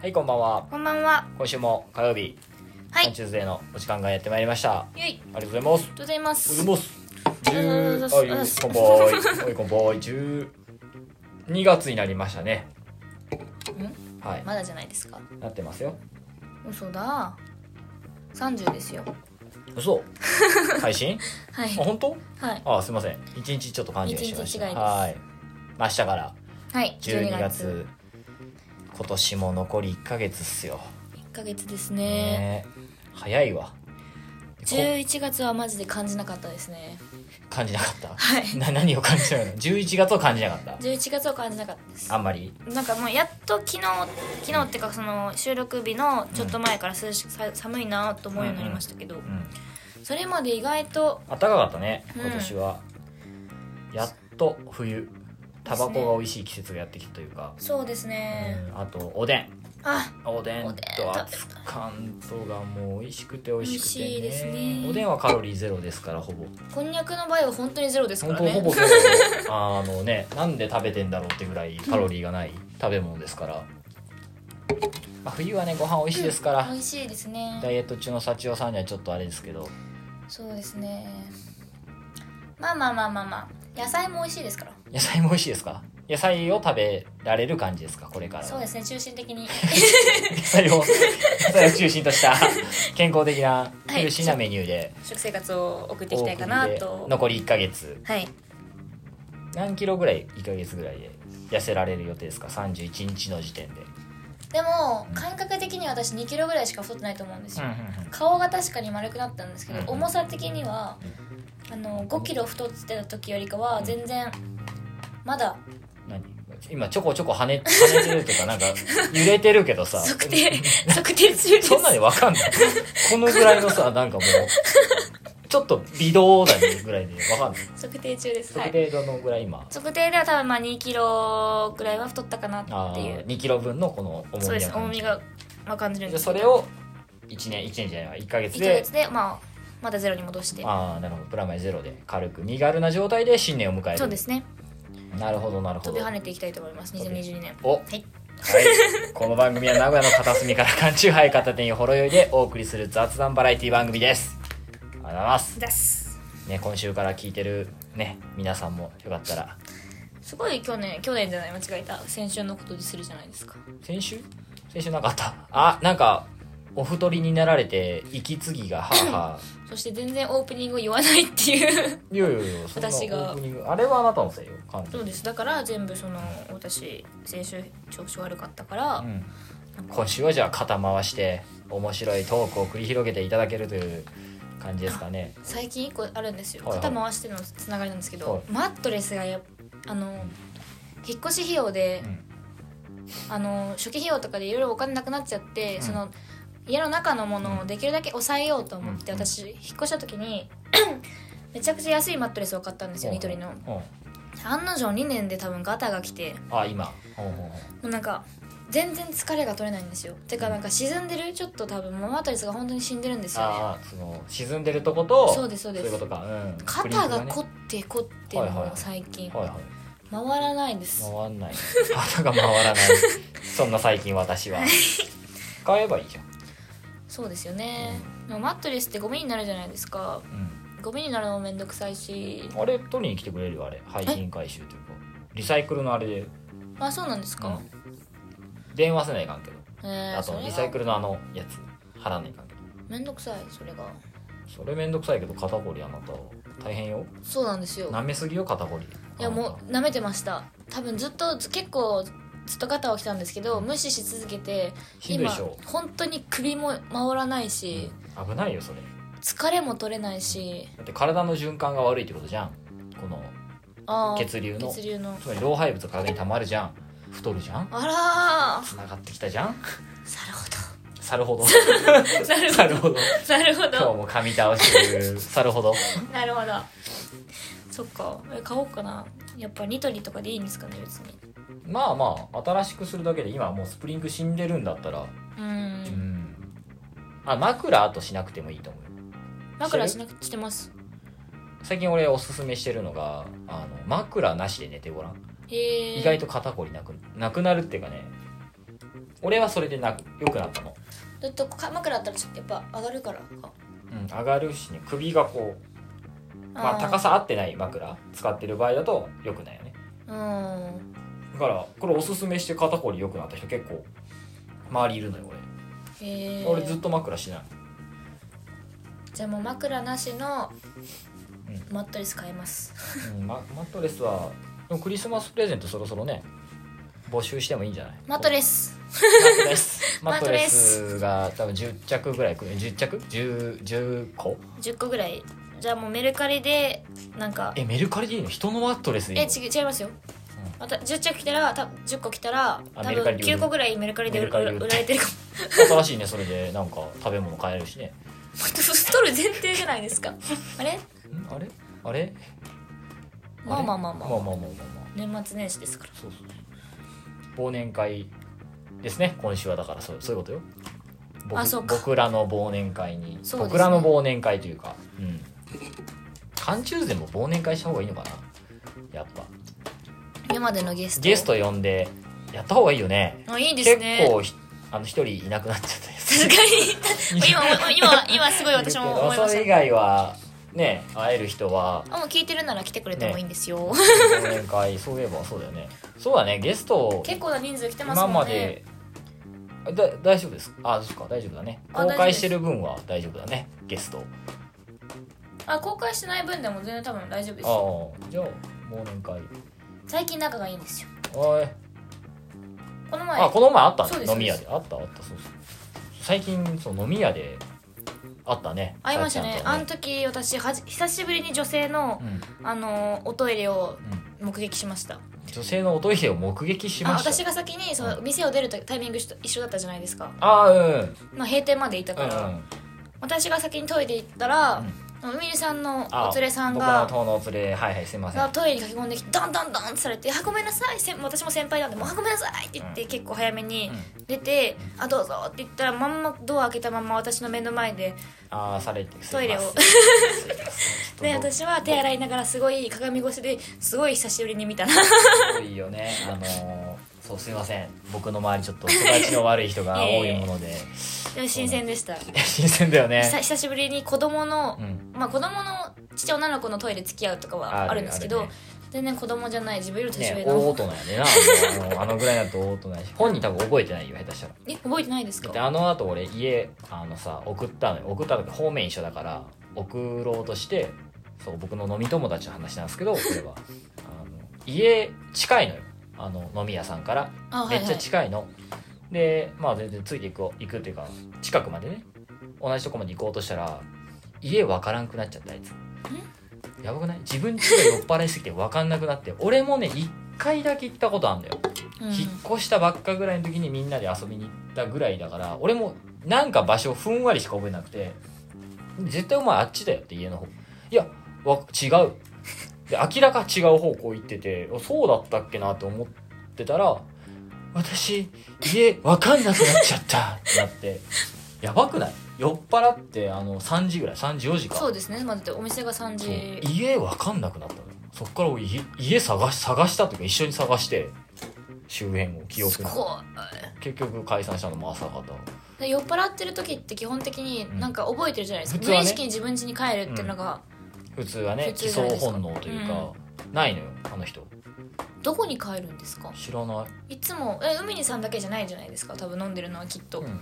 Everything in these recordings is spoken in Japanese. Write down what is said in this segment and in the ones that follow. はい、こんばんは。こんばんは。今週も火曜日、はいサンチューズデーのお時間がやってまいりました。あゆい。りがとうございます。ございます。ございます。ありがとうございまあ、すこんばんは。おい、こんばんは。十二月になりましたね。はい、まだじゃないですか。なってますよ。嘘だ。三十ですよ。嘘。配 信？はいあ、。本当？はい。あ、すいません。一日ちょっと勘違いしました。一日違いですはい。まあ明日からはい。十二月。今年も残り一ヶ月っすよ。一ヶ月ですね。ね早いわ。こ十一月はマジで感じなかったですね。感じなかった。はい。な何を感じたの11月を感じなかっ十一月を感じなかったですたあ。んまりなんかもうやっと昨日昨日っていうかその収録日のちょっと前から涼しさ寒いなと思うようになりましたけど、うんそれまで意外と暖かかったねうん今年は、やっと冬タバコが美味しい季節がやってきたというか、そうですね、うんあとおでんあおでおんでん食べとた熱燗とがもう美味しくて美味しくて、ね、美味しいですねおでんはカロリーゼロですからほぼこんにゃくの場合は本当にゼロですか本ら当ほねぼゼ ロあのねなんで食べてんだろうってぐらいカロリーがない食べ物ですから、まあ、冬はねご飯美味しいですから、 美味しいですダねイエット中の幸代さんにはちょっとあれですけどそうですねまあまあまあまあまあ野菜も美味しいですから野菜も美味しいですか野菜を食べられる感じですかこれからそうですね中心 的に野菜 を野菜を中心とした健康的なはいヘルシーなメニューで食生活を送っていお送きたりでいかなと残り1ヶ月はい何キロぐらい1ヶ月ぐらいで痩せられる予定ですか31日の時点で、でも感覚的に私2キロぐらいしか太ってないと思うんですよ、顔が確かに丸くなったんですけど、うん重さ的にはあの5キロ太ってた時よりかは全然まだ何今ちょこちょこ跳ね跳ねてるとかなんか揺れてるけどさ測定 測定中ですそんなにわかんないこのぐらいのさなんかもうちょっと微動だねぐらいでわかんない測定中ですは測い定どのぐらい今、測定では多分まあ2キロぐらいは太ったかなあっていーう2キロ分のこの重みそうですな感ね重じみが、まあ、感じるんでですそれを1年1年じゃないわ1ヶ月1でヶ月で、まあ、まだゼロに戻してああなるほどプラマイゼロで軽く身軽な状態で新年を迎えるそうですねなるほどなるほ飛どび跳ねていきたいと思います2022年、おはい この番組は名古屋の片隅から缶中杯片手にほろ酔いでお送りする雑談バラエティ番組ですありがとうございます、ですね、今週から聞いてるね皆さんもよかったらすごい去年去年じゃない間違えた先週のことにするじゃないですか先週先週なんかあったあなんかお太りになられて息継ぎがはあはあそして全然オープニングを言わないっていう いやいやいや、そんな私がオープニングあれはあなたのせいよ、完そ全うに。ですだから全部その私先週調子悪かったから、うん今週はじゃあ肩回して面白いトークを繰り広げていただけるという感じですかね。最近一個あるんですよ、はいはい肩回してのつながりなんですけど、はいマットレスがやあの引っ越し費用で、あの初期費用とかでいろいろお金なくなっちゃって、うんその家の中のものをできるだけ抑えようと思って、うん私引っ越した時に めちゃくちゃ安いマットレスを買ったんですよニトリのうん。案の定2年で多分ガタが来てあ、今。うんうんうんもうなんか全然疲れが取れないんですよてかなんか沈んでるちょっと多分もうマットレスが本当に死んでるんですよねああ、その沈んでるとこと、そうですそうですいうことか。うん。肩が凝こって凝ってもはいはいう最近、はいはい。回らないです回ん ない。肩が回らない。そんな最近私 は。買えばいいじゃん。そうですよね、でもマットレスってゴミになるじゃないですかうん。ゴミになるのもめんどくさいしあれ取りに来てくれるよあれ。廃品回収というか。リサイクルのあれであそうなんですか、電話せないかんけど。えー、あそとれリサイがクルのあのやつ貼らないかんけどめんどくさいそれがそれめんどくさいけど肩こりあなた大変よそうなんですよ舐めすぎよ肩こりいやもう舐めてました多分ずっとず結構ずっと肩をきたんですけど無視し続けてひどい今でしょ本当に首も回らないし、うん危ないよそれ疲れも取れないしだって体の循環が悪いってことじゃんこのあー血流の血流のつまり老廃物が体に溜まるじゃん太るじゃんあらつながってきたじゃんーさるほ どなるさほるほどどなるほどなる 今ほ日ども噛み倒してるさるほどなるほどそっかえ買おうかなやっぱニトリとかでいいんですかね別にまあまあ新しくするだけで今はもうスプリング死んでるんだったらううんんあ枕あとしなくてもいいと思うよ枕しなくしてます最近俺おすすめしてるのがあの枕なしで寝てごらんへえ意外と肩こりなくなくなるっていうかね俺はそれでな良くなったの、だってか枕あったらちょっとやっぱ上がるからかうん、上がるしね首がこう、まあ、ー高さ合ってない枕使ってる場合だと良くないよねうんだからこれおすすめして肩こり良くなった人結構周りいるのよへえ俺俺ずっと枕しないじゃあもう枕なしのうマットレス買います、うんママットレスはでもクリスマスプレゼントそろそろね募集してもいいんじゃないマットレススマットレスママッットトレレススが多分10着ぐらいくる10着 10, 10個10個ぐらいじゃあもうメルカリでなんかえメルカリでいいの人のマットレスでいえいの違う違いますよ、また10着来たらた10個来たらあ多メルカリ分で売る9個ぐらいメルカリで売メルカリで売る売られてるかも新 しいねそれでなんか食べ物買えるしね太る前提じゃないで すかあれんあれあれまあまあまあままああまあまあまあまあ年末年始ですからそうそうそう忘年会ですね今週はだからそうそういうことよ僕あそうか僕らの忘年会に、そうですね僕らの忘年会というかうん寒中膳も忘年会した方がいいのかなやっぱ今までのゲストゲスト呼んでやった方がいいよねあいいですね結構ひあの一人いなくなっちゃったやつ確か に 今も今今すごい私も思いまそれ以した外はね会える人はあもう聞いてるなら来てくれてもいいんですよ、忘年会そういえばそうだよねそうだねゲストを結構な人数来てます今もまんねであだ大丈夫ですあそっか大丈夫だねあ公開してる分は大丈夫だねゲストあ公開してない分でも全然多分大丈夫ですよああじゃあ忘年会最近仲がいいんですよおいこの前あこの前あったそうねです飲み屋であったあったそうそう最近その飲み屋であったね会いましたねさあやのち時私はじ久しぶりに女性ゃのんとねあのおトイレをうんうん目撃しました女性のおトイレを目撃しあまし私たが先にそう店を出るタイミング一緒一緒だったじゃないですか、ああうんうんうんまあ、閉店までいたから、うん私が先にトイレ行ったら、うん海里さんのあお連れさん僕らがの友のお連れはいはいすいませんがトイレに駆け込んできてドンドンドンってされて「あごめんなさいせん私も先輩なんでもうあごめんなさい」って言って結構早めにう出て「あどうぞ」って言ったらまんまドア開けたまま私の目の前でああされてトイレをすいませんすいませんでちょっと僕私は手洗いながらすごい鏡越しですごい久しぶりに 見たな多いよねあのーそうすいません僕の周りちょっと育ちの悪い人が多いものででも新鮮でしたいや新鮮だよ久ね久しぶりに子供のうんまあ子供のちっちゃい女の子のトイレ付き合うとかはあるんですけあるどね全然子供じゃない自分より年ね上大の大人やねなあのあのぐらいだと大人やし本人多分覚えてないよ下手したらえ覚えてないですだってかあの後俺家あのさ送ったのよ送った時方面一緒だから送ろうとしてそう僕の飲み友達の話なんですけどこれはあの家近いのよあの飲み屋さんからあはめいっはちゃい近いの、でまあ全然ついていく行くっていうか近くまでね同じとこまで行こうとしたら家わからんくなっちゃったあいつやばくない自分ちが酔っ払いすぎてわかんなくなって俺もね一回だけ行ったことあるんだよ、うん引っ越したばっかぐらいの時にみんなで遊びに行ったぐらいだから俺もなんか場所ふんわりしか覚えなくて絶対お前あっちだよって家の方いやわ違うで明らか違う方向行っててあそうだったっけなって思ってたら私家わかんなくなっちゃったってなってやばくない酔っ払ってあの3時ぐらい3時4時かそうですねまあだってお店が3そう時家わかんなくなったのよそっから俺家家探し探したというか一緒に探して周辺を記憶すのごい結局解散したのも朝方で酔っ払ってる時って基本的になんか覚えてるじゃないですか、普通無はね意識に自分家に帰るっていうのが、普通はね普基通じゃ礎ないですか本能というか、ないのよあの人どこに帰るんですか知らない、いつもえ海にさんだけじゃないじゃないですか多分飲んでるのはきっと、うん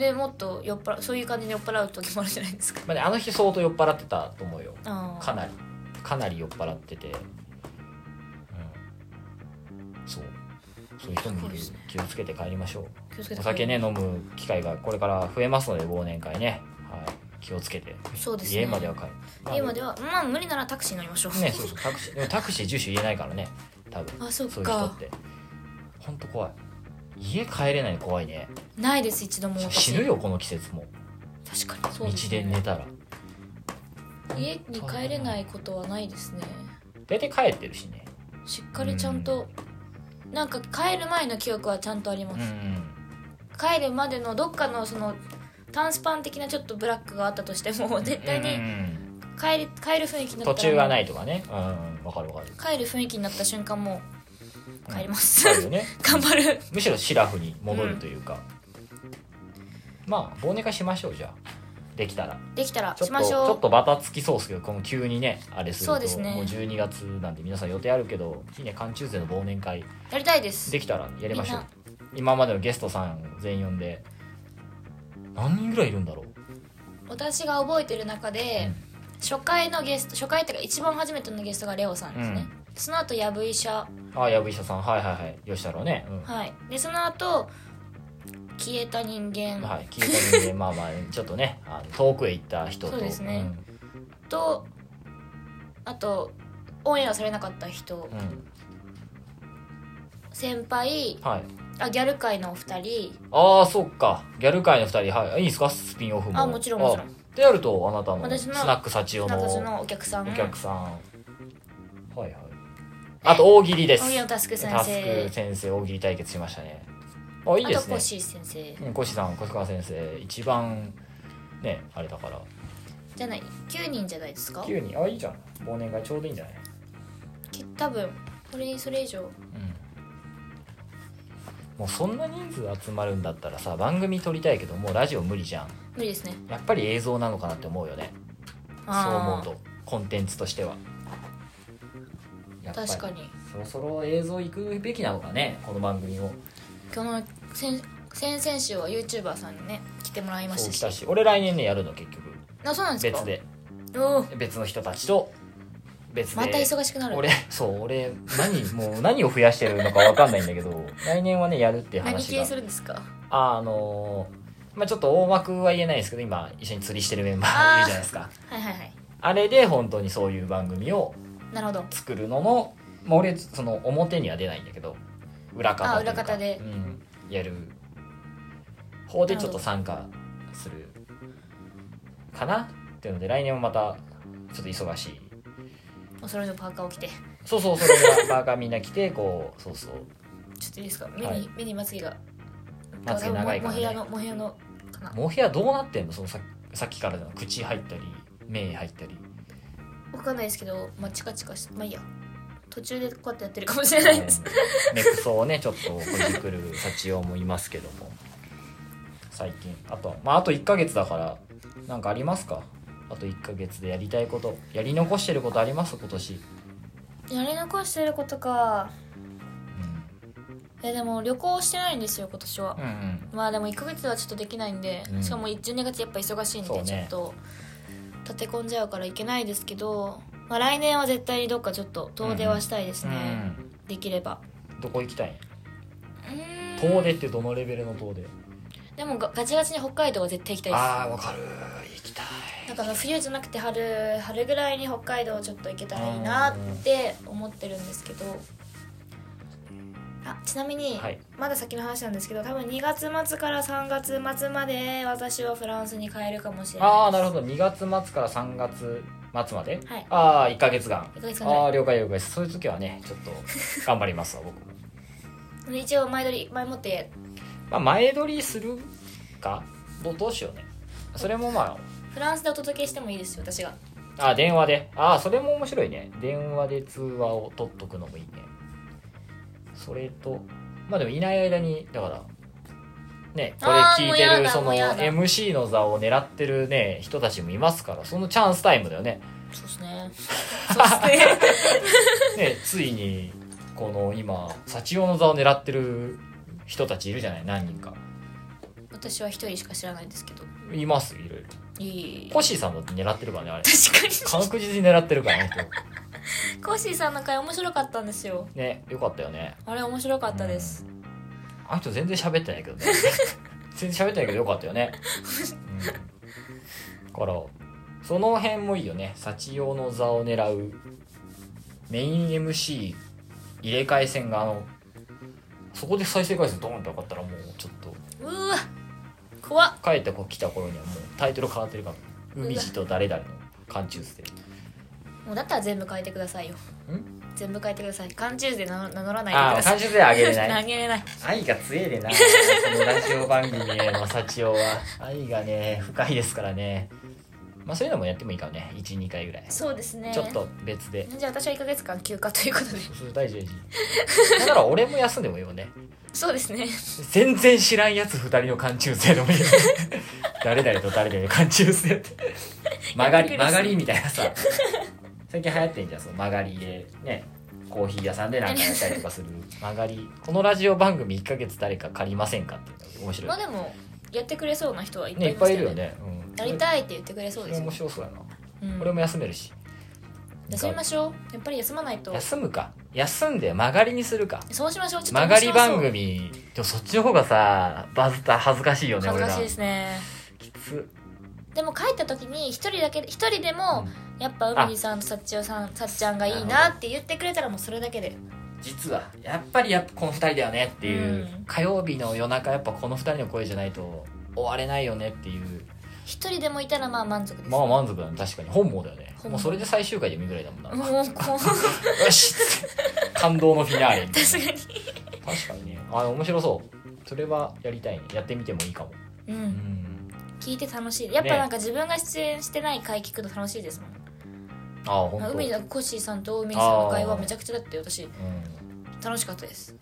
でもっと酔っ払そういう感じで酔っ払う時もあるじゃないですかまあね、あの日相当酔っ払ってたと思うよあかあなりかなり酔っ払ってて、うん、そうそういう人もいる気をつけて帰りましょう気をつけてお酒ね飲む機会がこれから増えますので忘年会ね、はい、気をつけてそうですね家までは帰る、家までははまあ無理ならタクシー乗りましょう、ねそうそうタクシーでもタクシー住所言えないからね多分 あそっそういう人っかてほんと怖い家帰れないの怖いねないです一度も死ぬよこの季節も私確かにそ道うです、でね、寝たら家に帰れないことはないですね大体帰ってるしねしっかりちゃんと、なんか帰る前の記憶はちゃんとあります、うん帰るまでのどっかのその短スパン的なちょっとブラックがあったとしても絶対うんうにん帰り帰る雰囲気になった途ら中がないいとかねうんうんわかるわかる帰る雰囲気になった瞬間もう帰ります、あるよね 頑張るむしろシラフに戻るというか、まあ忘年会しましょうじゃあできたらできたらちょっしとましちょょっうとバタつきそうですけどこの急にねあれするそうとですねもう12月なんで皆さん予定あるけどいいね寒中勢の忘年会やりたいですできたらやりましょうみんな今までのゲストさん全員呼んで何人ぐらいいるんだろう私が覚えてる中で、初回のゲスト初回っていうか一番初めてのゲストがレオさんですね、その後やぶ医者ああ藪医者さんはいはいはい吉太郎ね、うんはいでその後消えた人間、はい、聞いたのでまあまあちょっとねあの遠くへ行った人とそうですねとあとオンエアされなかった人うんうん先輩はい、あギャル界のお二人ああそっかギャル界の2人、はい、いいですかスピンオフもあもちろんもちろんあでやるとあなたの私スのナック幸男中津ののお客さんお客さん、はいはいあと大喜利です荻野タスク先タス生ク先生大喜利対決しましたねあいいであとすねコッシー先生うんコシさん小川先生一番ねあれだからじゃない9人じゃないですか急にあいいじゃん忘年会ちょうどいいんじゃないき多分これそれ以上うんもうそんな人数集まるんだったらさ番組撮りたいけどもうラジオ無理じゃん無理ですねやっぱり映像なのかなって思うよねそう思うとコンテンツとしてはやあっぱーり確かにそろそろ映像行くべきなのかねこの番組もこの先先々週は YouTuber さんにね来てもらいましそうた来したし俺来年ねやるの結局あそうなんですか別でおー別の人たちと別でまた忙しくなる俺そう俺何もう何を増やしてるのか分かんないんだけど来年はねやるっていう何話系がするんですかあのーまあちょっと大枠は言えないですけど今一緒に釣りしてるメンバーあーいるじゃないですかはいはいはいあれで本当にそういう番組をなるほど作るのの、まあ、俺その表には出ないんだけど裏方あというか裏方でうん、やる方でちょっと参加するかなっていうので来年もまたちょっと忙しいお揃いのパーカーを着てそうそうそれが パーカーみんな来てこうそうそうちょっといいですか目に、はい目にまつげがまつげ長いからねもも部屋のも部屋のかなもう部屋どうなってんのそのささっきからの口入ったり目入 ったりわかんないですけどまあチカチカしてまあいいや途中でこうやってやってるかもしれないですうんネクソをねちょっとこじくる幸男もいますけども最近あとまああと1ヶ月だからなんかありますかあと1ヶ月でやりたいことやり残してることあります今年、やり残してることかうん、えでも旅行してないんですよ今年はうんうんまあでも1ヶ月はちょっとできないんで、うんしかも12月やっぱ忙しいんそうでねちょっと立て込んじゃうからいけないですけど、まあ、来年は絶対にどっかちょっと遠出はしたいですね、できればうんどこ行きたいんうーん遠出ってどのレベルの遠出でもガガチガチに北海道は絶対行きたいですああわかる行きたいだから冬じゃなくて春春ぐらいに北海道ちょっと行けたらいいなって思ってるんですけどあちなみに、はいまだ先の話なんですけど多分2月末から3月末まで私はフランスに帰るかもしれないああなるほど2月末から3月末まで、はいああ1ヶ月間1ヶ月間ぐらいああ了解了解ですそういう時はねちょっと頑張りますわ僕もで一応前撮り前もってまあ、前撮りするかどうどうしようねそれもまフランスでお届けしてもいいですよ私がああ電話でああそれも面白いね電話で通話を取っとくのもいいねそれとまあでもいない間にだからねこれあ聞いーてもうやるだそのもうやだ MC の座を狙ってるね人たちもいますからそのチャンスタイムだよねそうですねそうですね ねついにこの今幸男の座を狙ってる人たちいるじゃない何人か私は一人しか知らないんですけどいますいろいろいいコッシーさんだって狙ってるからねあれ確か確実に狙ってるからね人 にコッシーさんの回面白かったんですよねよかったよねあれ面白かったです、あの人全然喋ってないけど ね全然喋ってないけどよかったよね、うん、だからその辺もいいよね幸用の座を狙うメイン MC 入れ替え戦があのそこで再生回数ドーンと上がったらもうちょっとうーわ怖っ帰ってこ来た頃にはもうタイトル変わってるから「海地と誰々の寒中捨てもうだったら全部変えてくださいよん全部変えてください缶チューズで名乗名乗ら」ないあであくださ 寒い中捨てあげれない投げれない愛が強いでなこのラジオ番組への幸男は愛がね深いですからねまあそういうのもやってもいいかもね12回ぐらい、そうですねちょっと別でじゃあ私は1か月間休暇ということ でそれ大事大事だから俺も休んでもいいもんねそうですね全然知らんやつ2人の間中生でもいいよね誰々と誰々の間中生って曲がりやってくるし曲がりみたいなさ最近流行ってんじゃんその曲がりでねコーヒー屋さんでなんかやったりとかする曲がりこのラジオ番組1ヶ月誰か借りませんかっていうのが面白まあいでもやってくれそうな人はいっぱねいいいっまぱすいいよるねよね、うん、やりたいって言ってくれそうそでれす面よ、白そうやな、うん、俺も休めるし休みましょうやっぱり休まないと休むか休んで曲がりにするかそうしましょうちょっ曲と面白がそうり番組でもそっちの方がさバズったら恥ずかしいよね恥俺ずらかしいですねきつでも帰った時に一人だけ一人でもやっぱあ海にさんとさっちおさんさっちゃんがいいなって言ってくれたらもうそれだけで実はやっぱりやっぱこの2人だよねっていう、うん火曜日の夜中やっぱこの2人の声じゃないと終われないよねっていう一人でもいたらまあ満足です、まあ満足だね確かに本望だよね本望もうそれで最終回で見ぐらいだ もんな、よもうこう確し感動のフィナーレみたいなか確かにねあ面白そうそれはやりたいねやってみてもいいかもにううんん聞いて楽しいやっぱなんか自分が出演してない回聞くと楽しいですもん、ああ本当、海うん、のコッシーさんと海さんの会話めちゃくちゃだって私楽しかったです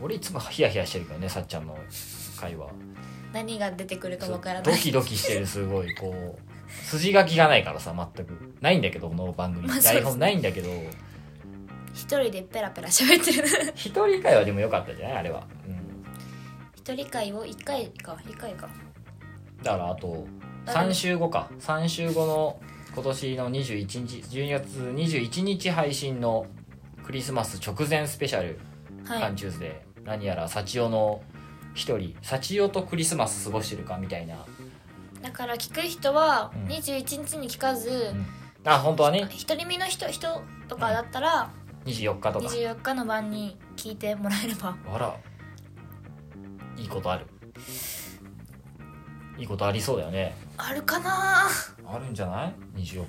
俺いつもヒヤヒヤしてるけどねさっちゃんの会話何が出てくるかわからドないキドキしてるすごいこう筋書きがないからさ全くないんだけどこの番組、まあそう台です本ないんだけど一人でペラペラ喋ってる一人会はでも良かったんじゃないあれは、うん、一人会を1回か1回かだからあとあ3週後か3週後の今年の21日12月21日配信のクリスマス直前スペシャルはい、缶チューズで何やら幸代の一人幸代とクリスマス過ごしてるかみたいなだから聞く人はうん21日に聞かず、あ本当はね一人身の人人とかだったら24日とか24日の晩に聞いてもらえれ ばあらいいことあるいいことありそうだよねあるかなあるんじゃない24日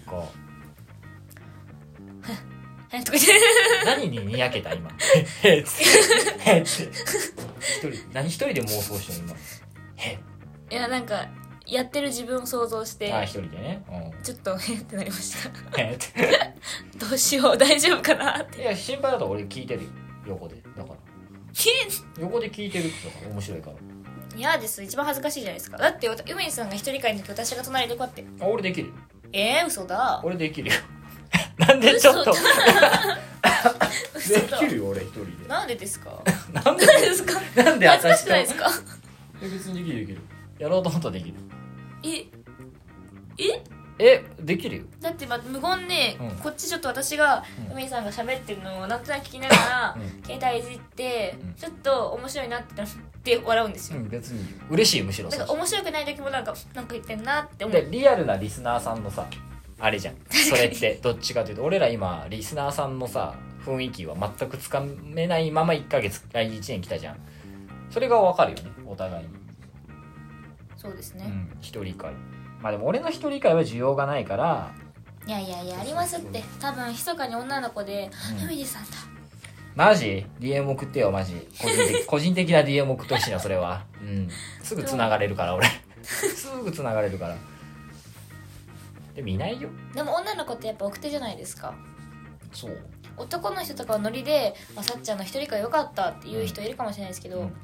えとか言って何ににやけた今 へっつってへっつって一人何一人で妄想してんの いやなんかやってる自分を想像して今あ一人でね、うちょっとえってなりました ん、へっつっどうしよう大丈夫かなってていや心配だと俺聞いてるよ横でだから横で聞いてるってだから面白いから嫌です一番恥ずかしいじゃないですかだってウメイさんが一人会の時私が隣でこうやってあ俺できるえー、嘘だ俺できるよ なんでちょっと嘘でだきるよ俺一人でなんでですか なんでなんでですかなんで 恥ずかし私くとないえですか別にできるできるやろうと思ったらできる えええできるよだって、ま、無言ね、うんこっちちょっと私がうん梅井さんが喋ってるのをなんとなく聞きながら、うん携帯いじって、うんちょっと面白いなってなって笑うんですうよ、ん別にいいよ嬉しいむしろそだかうら面白くない時もなんかなんか言ってんなって思うでリアルなリスナーさんのさあれじゃんそれってどっちかというと俺ら今リスナーさんのさ雰囲気は全くつかめないまま1ヶ月あ1年来たじゃんそれが分かるよねお互いに、そうですうね、ん、一人会まあでも俺の一人会は需要がないから、いやいやいやありますって多分密かに女の子でう「ん梅井さんだマジ ?DM 送ってよマジ個人 的個人的な DM 送ってほしいなそれはうんすぐ繋がれるから 俺すぐ繋がれるからでもいないよ」でも女の子ってやっぱ奥手じゃないですかそう男の人とかはノリで「あさっちゃんの一人会良かった」っていう人いるかもしれないですけど、うん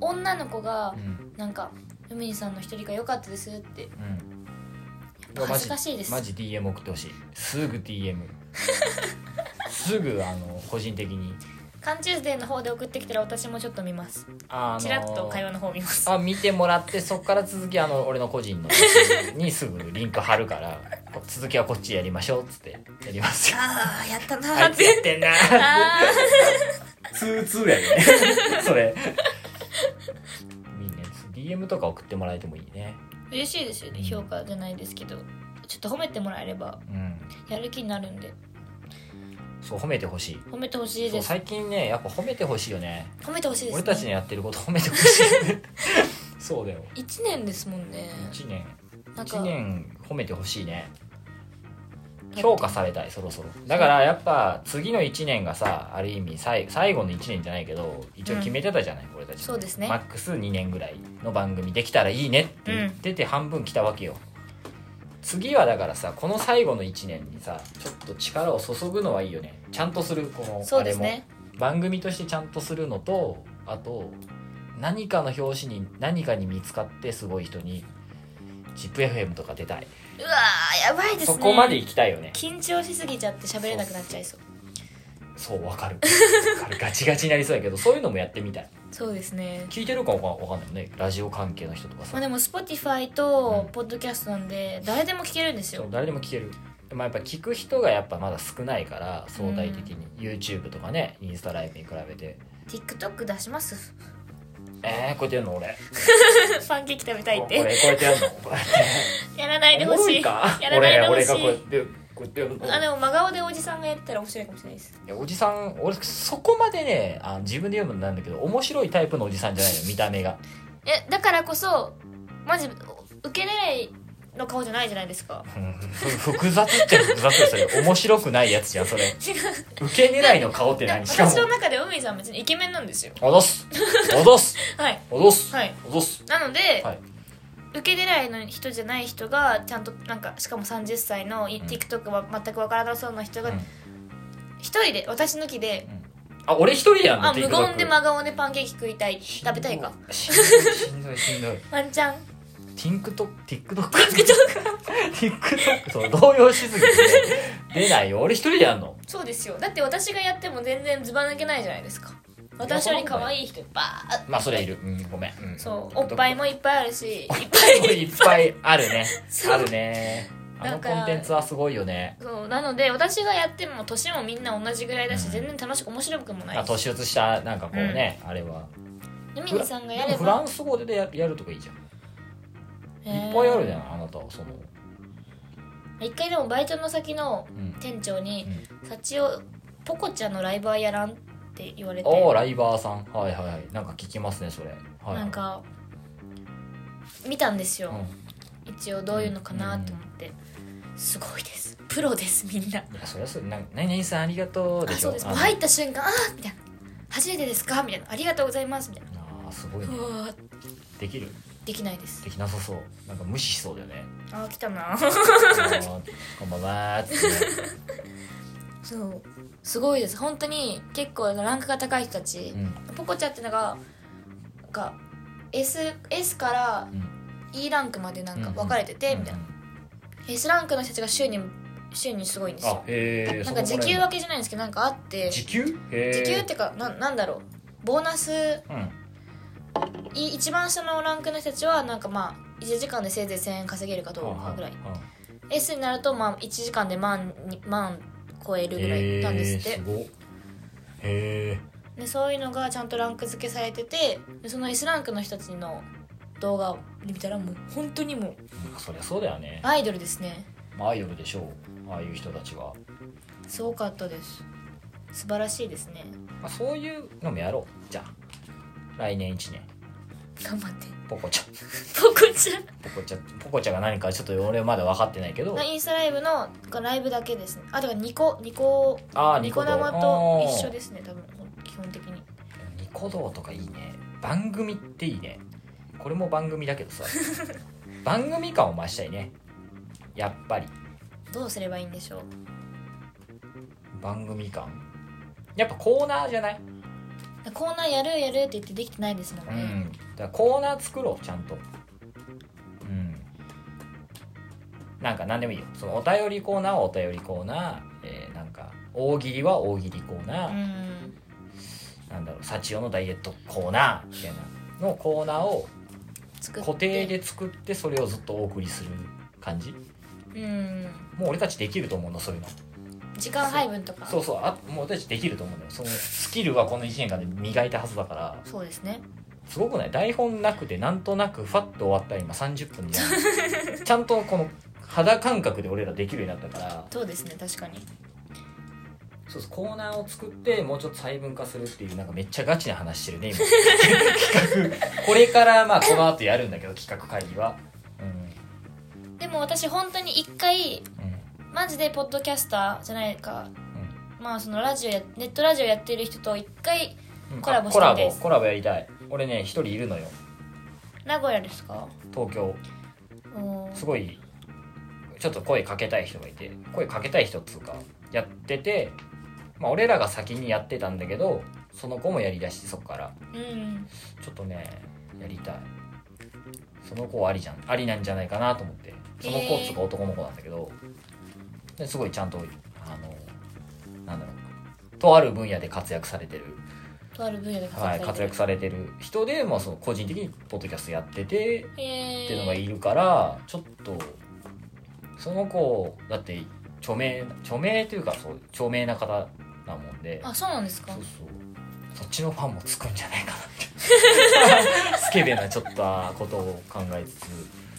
女の子がうんなんか「梅井さんの一人会良かったです」ってうん恥ずかしいですマジ DM 送ってほしいすぐ DM すぐあの個人的に缶チューズデーの方で送ってきたら私もちょっと見ますあのちらっと会話の方見ますあ見てもらってそっから続きあの俺の個 人のにすぐリンク貼るからこ続きはこっちやりましょうっつってやりますよあ あやったなあーいっつやてってんなあ ツーツーやね それいいね DM とか送ってもらえてもいいねー嬉しいですよね評価じゃないですけどちょっと褒めてもらえればうんやる気になるんでそう褒めてほしい褒めてほしいそでうす最近ねやっぱ褒めてほしいよね褒めてほしいです、ね、俺たちのやってること褒めて ほしいそうだよ1年ですもんね1年なんか1年褒めてほしいね評価されたいそろそろだからやっぱ次の1年がさある意味最最後の1年じゃないけど一応決めてたじゃない、俺たちそうですねマックス2年ぐらいの番組できたらいいねって言ってて半分来たわけよ、次はだからさこの最後の1年にさちょっと力を注ぐのはいいよねちゃんとするこのそうあでれすも、ね番組としてちゃんとするのとあと何かの表紙に何かに見つかってすごい人に「ZIPFM」とか出たいうわーやばいですねそこまで行きたいよね緊張しすぎちゃって喋れなくなっちゃいそうそうわかるわかるガチガチになりそうやけどそういうのもやってみたいそうですね聞いてるかわかんわかんないもんねラジオ関係の人とかまさあでも Spotify うとん Podcast なんで誰でも聞けるんですそうよ誰でも聞けるまあやっぱ聞く人がやっぱまだ少ないから相対的に YouTube とかねインスタライブに比べて TikTok 出します えー、こうやってやるの俺パンケーキ食べたいっこれこてうやってやる のこやらなれいでほおもろしいいかやらない俺でほ俺しがこうやっいてこうやってやるのあでも真顔でおじさんがやったら面白いかもしれないですいやおじさん俺そこまでねあ自分で言うのもなんだけど面白いタイプのおじさんじゃないよ 見た目がえだからこそマジ受け狙いの顔じゃないじゃないですかうんふ複雑っちゃ複雑ですそれ面白くないやつじゃんそれ受け狙いの顔って何しかも私の中で海さんは別にイケメンなんですよ脅す脅すはい脅すはい脅すなので、はい受け狙いの人じゃない人がちゃんとなんかしかも30歳のいうん TikTok は全くわからなそうな人がうん一人で私抜きであ俺一人やんあ無言で真顔でパンケーキ食いたいしんど食べたいかしんどいしんどいしんどいワンチャン TikTok TikTok TikTok そう動揺しすぎて出ないよ俺一人でやんのそうですよだって私がやっても全然ずば抜けないじゃないですか私より可愛い人バーッまあそれはいるうんごめん、うん、そうおっぱいもいっぱいあるしいっぱいいっぱいあるねそうあるねあなのんかコンテンツはすごいよねそうなので私がやっても年もみんな同じぐらいだし、うん全然楽しく面白くもなあいし年移したなんかこうね、あれはルミニさんがやでれもフラばンス語でややるとかいいじゃんいいっぱいあるじゃんあなたはその、一回でもバイトの先のうん、店長に「幸男ポコちゃんのライバーやらん?」って言われておーライバーさんはいはいはいなんか聞きますねそれ、はい、なんか見たんですうよ、ん一応どういうのかなと思って、すごいですプロですみんないやそりゃそうな何々さんありがとうあでしょそうですものう入った瞬間「あーみたいな「初めてですか?」みたいな「ありがとうございます」みたいなあーすごいねうわーできるできないですできなさそうなんか無視しそうだよ ねあー来たなあーこんばんはーっつってそうすごいです本当に結構ランクが高い人たち、ね、ポコチャってのがなんか S, S からうん E ランクまでなんかうん分かれててみたいな、な S ランクの人たちが週に週にすごいんですあよへえなんか時給分けじゃないんですけどなんかあって時給時時給ってかななんだろうボーナスうんい一番下のランクの人たちはなんかまあ1時間でせいぜい1000円稼げるかどうかぐらい、うんうん S になるとまあ1時間で万に万超えるぐらいなんですって、へーごっへでそういうのがちゃんとランク付けされててでその S ランクの人たちの動画を見たらもう本当にもうえまあそりゃそうだよね、アイドルですねまあ、アイドルでしょうああいう人たちは、すごかったです素晴らしいですねまあ、そういうのもやろうじゃあ来年1年頑張ってポコちゃんポコちゃんポコちゃんポコちゃんが何かちょっと俺まだ分かってないけど インスタライブのライブだけですねあとはニコニコああニニココ動生と一緒でですね多分基本的にニコ動とかいいね番組っていいねこれも番組だけど さ番組感を増したいねやっぱりどうすればいいんでしょう番組感やっぱコーナーじゃないコーナーやるやるって言ってできてないですもうんね、ん、だからコーナー作ろうちゃんとうんなんか何でもいいよそのお便りコーナーはお便りコーナー、えーなんか大喜利は大喜利コーナうー、ん、なんだろう幸男のダイエットコーナーみたいなのコーナーを作って固定で作ってそれをずっとお送りする感じうんもう俺たちできると思うのそういうの時間配分とかそうそうあもう俺たちできると思うんだよそのスキルはこの1年間で磨いたはずだからそうですねすごくない台本なくてなんとなくファッと終わったら 今30分じゃんちゃんとこの肌感覚で俺らできるようになったからそうですね確かにそうそうコーナーを作ってもうちょっと細分化するっていうなんかめっちゃガチな話してる ね今企画これからまあこの後やるんだけど企画会議はうんでも私本当に一回うんマジでポッドキャスターじゃないかうんまあそのラジオやネットラジオやってる人と一回うんコラボあしコたラいでボすコラボやりたい俺ね一人いるのよ名古屋ですか東京おーすごいちょっと声かけたい人がいて声かけたい人っつうかやってて、まあ、俺らが先にやってたんだけどその子もやりだしてそっからうんちょっとねやりたいその子はありじゃんありなんじゃないかなと思ってその子っつうか男の子なんだけどですごいちゃんとあのなんだろうとある分野で活躍されてるとある分野で活躍はい、活躍さされてる人で、まあ、その個人的にポッドキャストやっててっれてるへえていうのがいるからちょっとその子だって著名著名というかそう著名な方なもんであそうなんですかそうそうそっちのファンもつくんじゃないかなって スケベなちょっとことを考えつ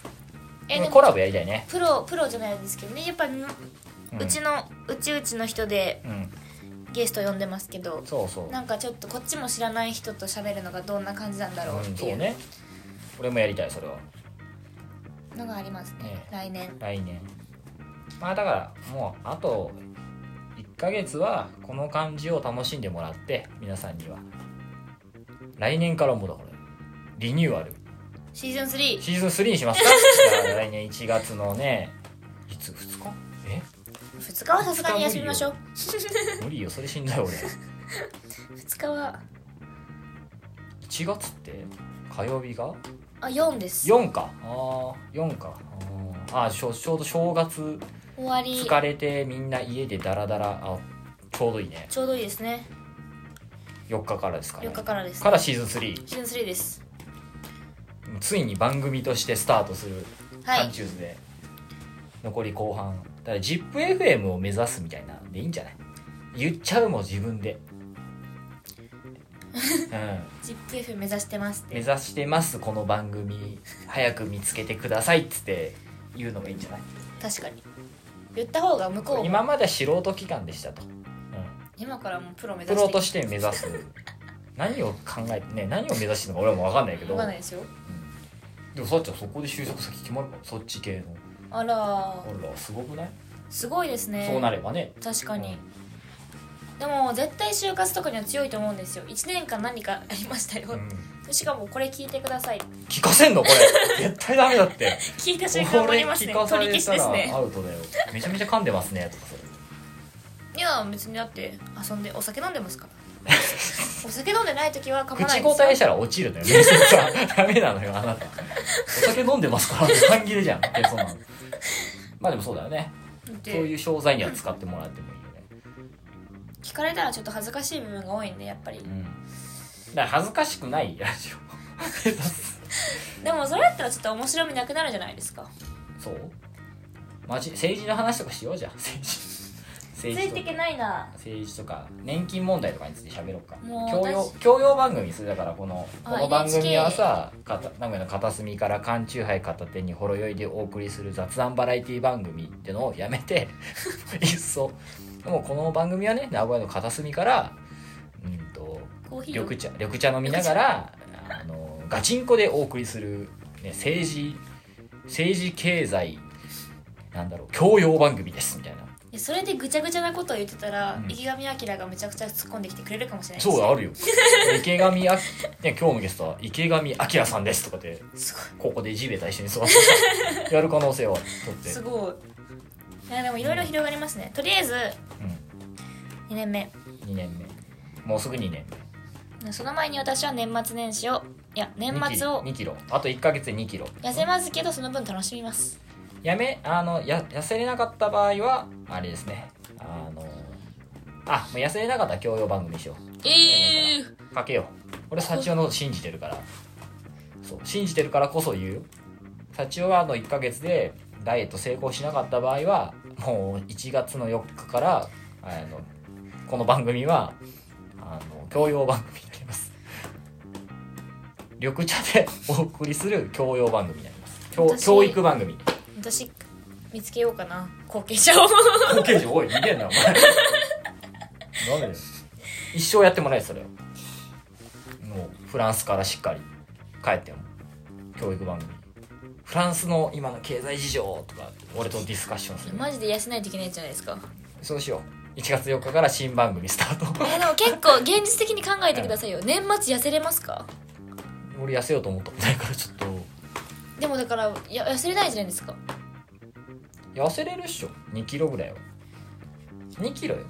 つえでコもラボやりたいね、プロプロじゃないですけどねやっぱりのうん、うちのうちうちの人でうんゲスト呼んでますけどそうそうなんかちょっとこっちも知らない人と喋るのがどんな感じなんだろうっうんていそううね俺もやりたいそれはのがありますねね来年来年まあだからもうあと1ヶ月はこの感じを楽しんでもらって皆さんには来年からもうだからリニューアルシーズン3シーズン3にしますか だから来年1月のねいつ2日え2日はさすがに休みましょう無理よそれしんどい俺2日は1月って火曜日があ4です4かああ4かあーあーちょちょうど正月終わり疲れてみんな家でダラダラあちょうどいいねちょうどいいですね4日からですかね4日からですからシーズン3シーズン3ですついに番組としてスタートするは缶いチューズで、残り後半だから ZIPFM を目指すみたいなんでいいんじゃない言っちゃうもん自分 でう ZIPF 目指してますっん目て指してますこの番組早く見つけてくださいっつって言うのがいいんじゃない確かに言った方が向こうも今までは素人期間でしたと、うん今からもうプロ目プ指ロしとてして目指 す何を考えてね何を目指してるのか俺はもう分かんないけどわかんないですよでもさっちゃんそこで就職先決まるからそっち系のあらほらすごくないすごいですねそうなればね確かにでも絶対就活とかには強いと思うんですよ1年間何かありましたよ、しかもこれ聞いてください聞かせんのこれ 絶対ダメだって聞いた瞬間終りますね取り消しですねアウトだよめちゃめちゃ噛んでますねとかそれいや別にだって遊 んでお酒飲んでますからお酒飲んでない時は噛まな口いで答えしすよたら落ちるのよ面接は ダメなのよあなたお酒飲んでます から半切れじゃんえそうなのまあでもそうだよねそうでいう商材には使ってもらってもいいよね聞かれたらちょっと恥ずかしい部分が多いんでやっぱりうんだから恥ずかしくないラジオでもそれだったらちょっと面白みなくなるじゃないですか そうマジ政治の話とかしようじゃん政治つ政い治てといかけないな政治とか年金問題とかについて喋ろうかもう教養私教養番組するだからこのあこの番組はさ片名古屋の片隅から缶チューハイ片手にほろ酔いでお送りする雑談バラエティ番組ってのをやめて いっそもうこの番組はね名古屋の片隅からうんとコーヒーを緑茶緑茶飲みながらあのガチンコでお送りする、ね、政治政治経済なんだろう教養番組ですみたいなでそれでぐちゃぐちゃなことを言ってたら、うん池上彰がめちゃくちゃ突っ込んできてくれるかもしれないでそすうだあるよ池上あね今日のゲストは池上彰さんですとかってすごいここで地べた一緒に座 ってやる可能性はとってすごいいやでもいろいろ広がりますねとりあえず2年目うん、2年目もうすぐ2年その前に私は年末年始をいや目年末を2キロ2キロあと1ヶ月で2キロ痩せますけどその分楽しみますやめあのや痩せれなかった場合はあれですねあのあもう痩せれなかったら教養番組にしよええうかけよう俺幸男のこと信じてるからそう信じてるからこそ言うよ幸男があの1ヶ月でダイエット成功しなかった場合はもう1月の4日からあのこの番組はあの教養番組になります緑茶でお送りする教養番組になります教私教育番組私見つけようかな後継者を後継者おい逃げんなお前ダメだよ 一生やってもらえそれをもうフランスからしっかり帰っても教育番組フランスの今の経済事情とか俺とディスカッションする マジで痩せないといけないじゃないですかそうしよう1月4日から新番組スタート いやでも結構現実的に考えてくださいよ年末痩せれますか俺痩せようと思ったことないからちょっとでもだからいや痩せれないじゃないですか痩せれるっしょ2キロぐらいは2キロよ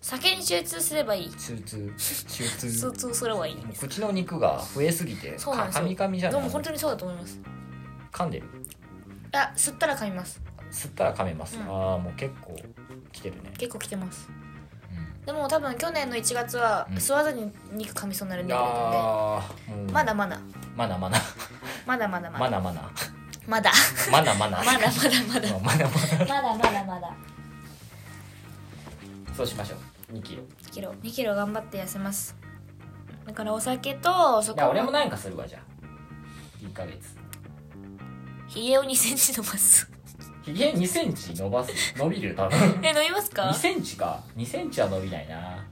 酒に集中すればいい中 通中通通通すればいいんもでうす口の肉が増えすぎてそうなんですよかみかみじでゃないも本当にそうだと思います噛んでるあ吸ったら噛みます吸ったら噛めます、うんああもう結構きてるね、結構来てますうんでも多分去年の1月はうん吸わずに肉噛みそうになるんだけどあーもうまだまだまだまだまだまだままだだまだまだま だまだまだまだまだまだまだまだまだまだそうしましょう2キロ2キロ2キロ頑張って痩せますだからお酒とそじゃあこ俺もなんかするわじゃあ1ヶ月ひげを2センチ伸ばす ひげ2センチ伸ばす伸びる多分え伸びます2かセンチか2センチは伸びないな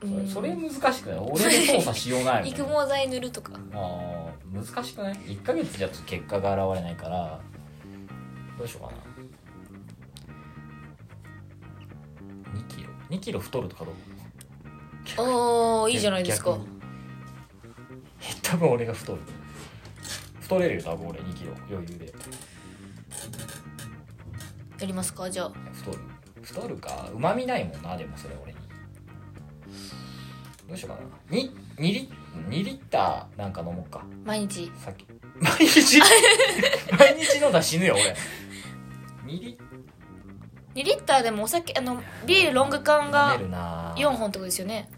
それそれうん難しくない俺で操作しようないもん育毛剤塗るとかあー難しくない1ヶ月じゃちょっと結果が現れないからどうしようかな2キロ2キロ太るとかどうおおいいじゃないですか逆にえ多分俺が太る太れるよ多分俺2キロ余裕でやりますかじゃあ太る太るかうまみないもんなでもそれ俺にどうしようかな 2, 2, リ2リッターなんか飲もうか毎日酒毎 日毎日飲んだら死ぬよ俺2リッ2リッターでもお酒あのビールロング缶ターが飲めるな4本ってことですよね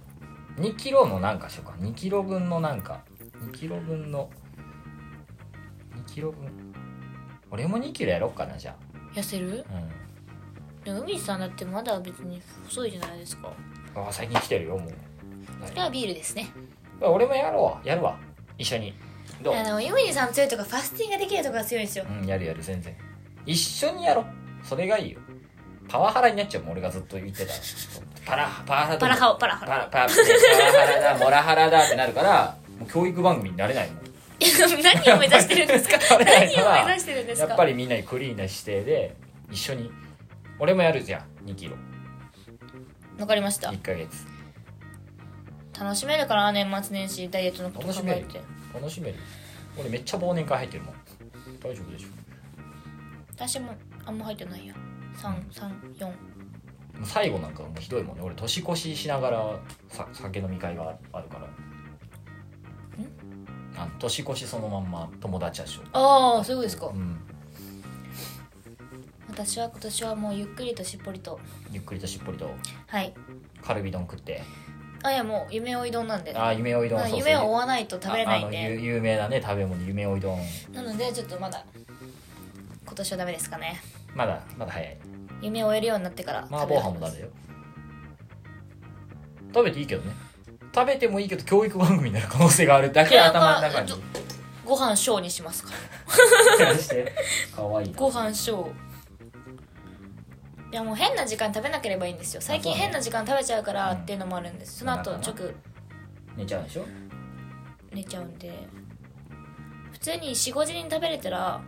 2キロのなんかしようか2キロ分のなんか2キロ分の2キロ分俺も2キロやろっかなじゃ痩せるあうんでも海さんだってまだ別に細いじゃないですかあ最近来てるよもうそれはビールですね俺もやろうやるわ一緒にどうあのユミニさん強いとかファスティングができるとかが強いんですようんやるやる全然一緒にやろうそれがいいよパワハラになっちゃうもん俺がずっと言って たらパラパワハラだパラハオ パラハパララパラパラハラだモラハラだってなるからもう教育番組になれないもん何を目指してる んですかあれ何を目指してるんですやかっぱりみんなにクリーンな姿勢で一緒に俺もやるじゃん2キロわかりました1ヶ月楽しめるから年末年始ダイエットのこと考え楽して楽しめる俺めっちゃ忘年会入ってるもん大丈夫でしょ私もあんま入ってないや334もう最後なんかもうひどいもんね俺年越ししながらさ酒飲み会があるからあの年越しそのまんま友達でしょああそういうことですかうん私は今年はもうゆっくりとしっぽりとゆっくりとしっぽりとはいカルビ丼食ってあいやもう夢追い丼なんでああ夢追い丼まあ夢を追わないと食べれないああんのでゆ有名なね食べ物夢追い丼なのでちょっとまだ今年はダメですかねまだまだ早い夢を終えるようになってから麻婆飯もダメだよ食べていいけどね食べてもいいけど教育番組になる可能性があるだけ頭の中にいやご飯ショーにし ますから照ら してかわいいなご飯ショーいやもう変な時間食べなければいいんですよ最近あそうなの変な時間食べちゃうからうんっていうのもあるんです、まあそのだ後から直寝ちゃうんでしょ寝ちゃうんで普通に45時に食べれたら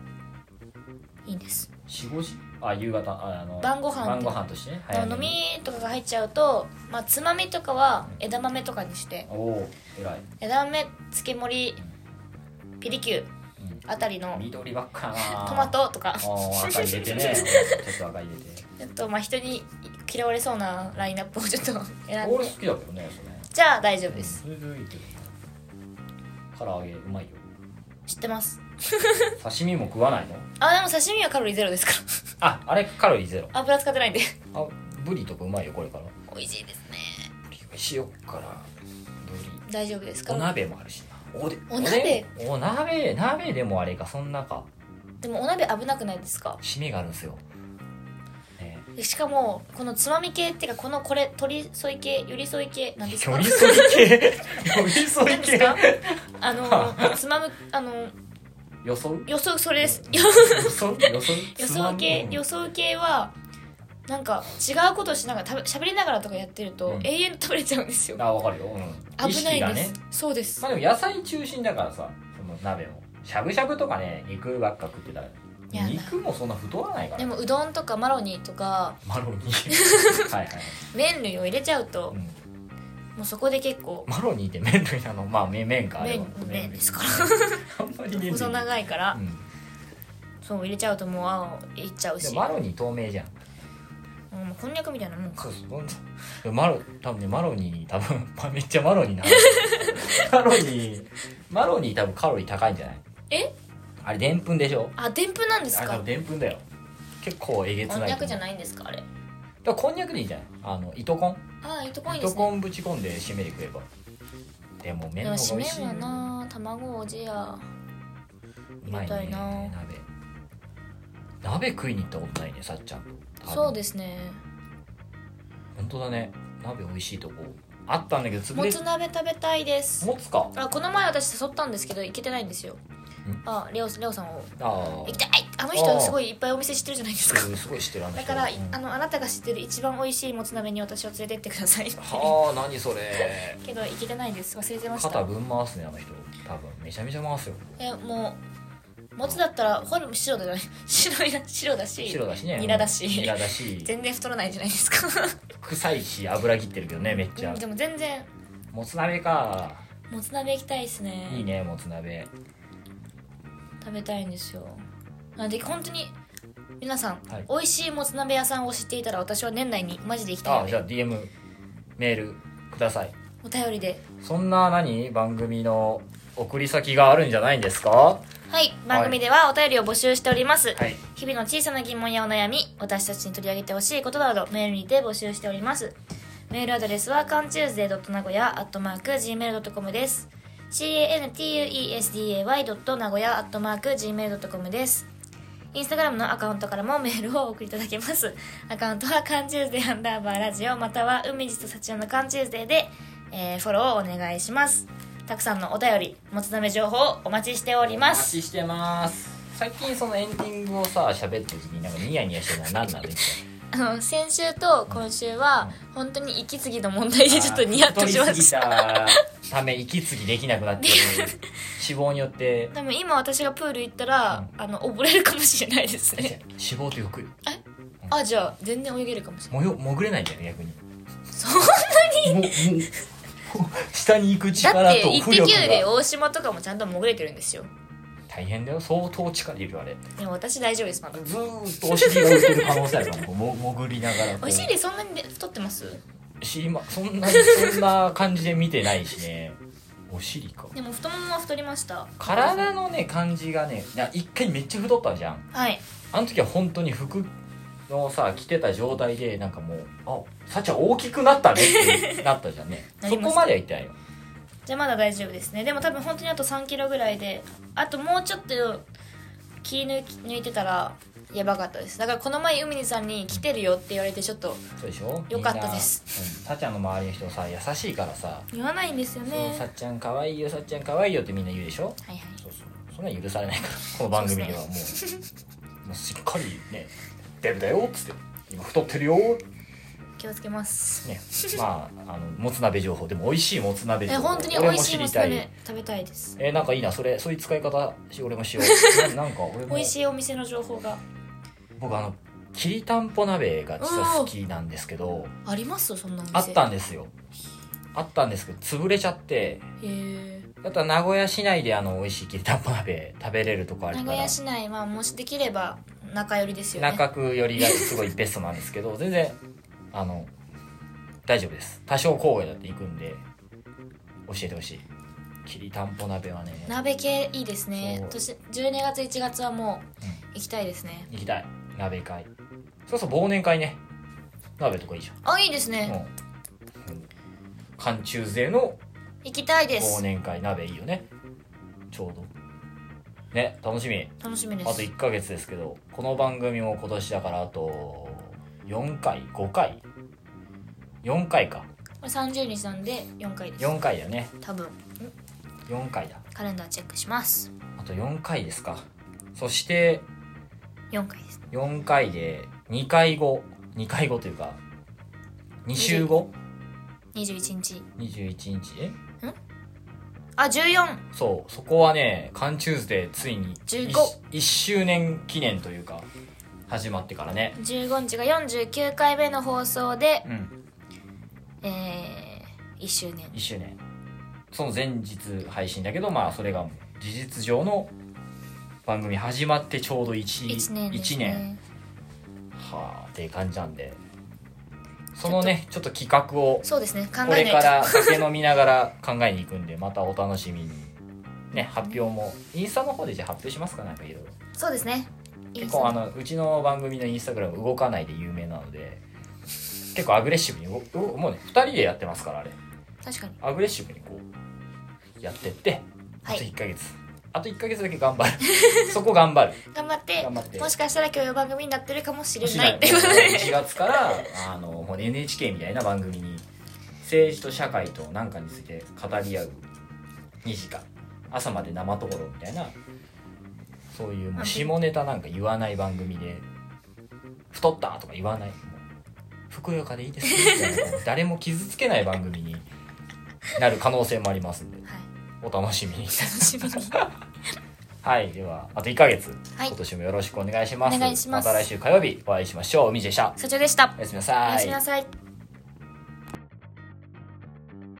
いいんです45時あ夕方ああの晩ご飯晩ご飯としてねで早もめ飲にみとかが入っちゃうと、まあ、つまみとかは枝豆とかにしておお偉い、枝豆つけ盛りピリキューうん、あたりの緑ばっかなトマトとあかあ赤入れて ねちょっと赤入れてちょっとまあ人に嫌われそうなラインナップをちょっと選ん俺で好きだけどねそれじゃあ大丈夫ですそれでいいけど唐揚げうまいよ知ってます刺身も食わないのあでも刺身はカロリーゼロですかああれカロリーゼロら油使ってないんであブリとかうまいよこれから美味しいですねブリ美味しいよからブリ大丈夫ですおか鍋もあるしなおでお鍋おでお鍋鍋でもあれかそんなかでもお鍋危なくないですか締めがあるんですよねしかもこのつまみ系っていうかこのこれ取り添い系寄り添い系なんです寄かり添い系寄り添い何です系か あのつまむあの予想予想それです予想予想予想系予想系はなんか違うことしながら食べ喋りながらとかやってると、うん永遠と食べれちゃうんですよあわかるよ、うん、意危な識いでがす、ねそうですまあでも野菜中心だからさその鍋もしゃぶしゃぶとかね肉ばっか食ってたらや肉もそんな太らないからでもうどんとかマロニーとかマロニーはいはい、麺類を入れちゃうとう、ん、もうそこで結構マロニーって麺類なのまあ麺麺かあれは麺麺ですから あんまり細ね長いからうん、そう入れちゃうともう青いっちゃうでしマロニー透明じゃんうんもうこんにゃくみたいなもんかそうそうほんといやマロ多分ねマロニー多分 まあめっちゃマロニーな マロニーマロニー多分カロリー高いんじゃないえあれでんぷんでしょあでんぷんなんですあれ多か分でんぷんだよ結構えげつないこんにゃくじゃいないんですかあれだからこんにゃくでいいじゃんあの糸こんあ糸こんいいで糸すねこんぶち込んで締めで食えばでも麺での方がも締美め味しいはな卵おじやうまい入れたいねな鍋鍋食いに行ったことないねさっちゃんとそうですすね本当だね鍋美味しいとこあったんだけど潰もれつ鍋食べたいですもつかあこの前私誘ったんですけど行けてないんですよあレオレオさんをあ行きたいあの人すごいいっぱいお店知ってるじゃないですかあすごい知ってるあのだ人から、うんあのあなたが知ってる一番美味しいもつ鍋に私を連れてってくださいってはあ何それけど行けてないです忘れてまし肩たぶん回すねあの人多分めちゃめちゃ回すよえもうもつだったらほら白だじゃない 白いだ白だし白だしねニラだしニラだし全然太らないじゃないですか臭いし油切ってるけどねめっちゃうんでも全然もつ鍋かもつ鍋行きたいですねいいねもつ鍋食べたいんですよなんで本当に皆さん、はい美味しいもつ鍋屋さんを知っていたら私は年内にマジで行きたいあのじゃであ DM メールくださいお便りでそんな何番組の送り先があるんじゃないんですかはい番組ではお便りを募集しております、はい日々の小さな疑問やお悩み私たちに取り上げてほしいことなどメールにて募集しておりますメールアドレスは c a n t u e s d a y n a g o y a g m a i l c o m です cantuesday.nagoya.gmail.com ですインスタグラムのアカウントからもメールをお送りいただけますアカウントは c a n t u e s d a y アンダーバーラジオまたは海地と幸男の c a n t u e s d a y で、えーフォローをお願いしますたくさんのお便りもつ鍋情報をお待ちしておりおま待すちしてます最近そのエンディングをさ喋ってる時になんかニヤニヤしてるのは 何なのみたあの先週と今週は本当に息継ぎの問題でちょっとニヤッとしましたた太りすぎたため息継ぎできなくなって る脂肪によって多分今私がプール行ったら、あの溺れるかもしれないです違うね 脂肪と欲あじゃあ全然泳げるかもしれないもよ潜れないんだよね逆にそもも下に行くだ力ってと「イッ浮テ Q!」で力が大島とかもちゃんと潜れてるんですよ大変だよ相当力いるよあれでも私大丈夫ですまだずーっとお尻を浮いてる可能性あるからこうも潜りながらこうお尻そんなに太ってますしまそんなそんな感じで見てないし ねお尻かでも太ももは太りました体のね感じがねいや一回めっちゃ太ったじゃんはいあの時は本当に服のさ着てた状態でなんかもう「あさっちゃん大きくなったね」 ってなったじゃんねなそりましこたまではいってないよじゃあまだ大丈夫ですねでも多分本当にあと3キロぐらいであともうちょっと気抜き抜いてたらやばかったですだからこの前海にさんに来てるよって言われてちょっとそうでしょよかったですみんなうんさっちゃんの周りの人さ優しいからさ言わないんですよ「そうねさっちゃんかわいいよさっちゃんかわいいよ」ってみんな言うでしょはいはいそうそうそんな許されないからこの番組ではもうもうしっかりね「デブだよ」っつって「今太ってるよ」気をつけます ねまああのもつ鍋情報でも美味しいもつ鍋情え報本当に美味しい俺もも知りつた鍋い食べたいですえなんかいいなそれそういう使い方し俺もしよ うななんか俺も美味しいお店の情報が僕あのきりたんぽ鍋が実は好きなんですけどありますそんなお店あったんですよあったんですけど潰れちゃってへえだったら名古屋市内であの美味しいきりたんぽ鍋食べれるとこある名から古屋市内はもしできれば中寄りですよね中区寄りがすごいベストなんですけど全然あの大丈夫です多少郊外だって行くんで教えてほしいきりたんぽ鍋はね鍋系いいですねそ年12月1月はもうんう行きたいですね行きたい鍋会そうそう忘年会ね鍋とかいいじあいいですゃんうねんうん寒中勢の行きたいで忘す年会鍋いいよねちょうどね楽しみ楽しみであとす1ヶ月ですけどこの番組も今年だからあと4回5回4回かこれ30日なんで4回です4回だよね多分4回だカレンダーチェックしますあと4回ですかそして4回です4回で2回後2回後というか2週後21日21日えあ14そうそこはね「カンチューズデー」ついに15 1周年記念というか始まってからね15日が49回目の放送で、うんえー、1周年1周年その前日配信だけどまあそれが事実上の番組始まってちょうど 1, 1年です一ねはあっていう感じなんでそのねちょっと企画をそうですね考こえれなかいとら酒飲みながら考えに行くんで またお楽しみにね発表もインスタの方でじゃあ発表しますかなんかいろいろそうですねいい結構あのうちの番組のインスタグラム動かないで有名なので結構アグレッシブに動動もうね2人でやってますからあれ確かにアグレッシブにこうやってってあはとい1ヶ月、あと1ヶ月だけ頑張るそこ頑張る頑張って頑張ってもしかしたら共用番組になってるかもしれしないっていう1月からあのもう NHK みたいな番組に政治と社会と何かについて語り合う2時間朝まで生討論みたいなそういうもう下ネタなんか言わない番組で「太った!」とか言わないもう「ふくよかでいいですね」みたいな誰も傷つけない番組になる可能性もありますんではいお楽しみに。楽しみにはい、ではあと1ヶ月、はい今年もよろしくお願いします。お願いしますまた来週火曜日お会いしましょう。海地でした。社長でしたおやすみなおさやすみなさい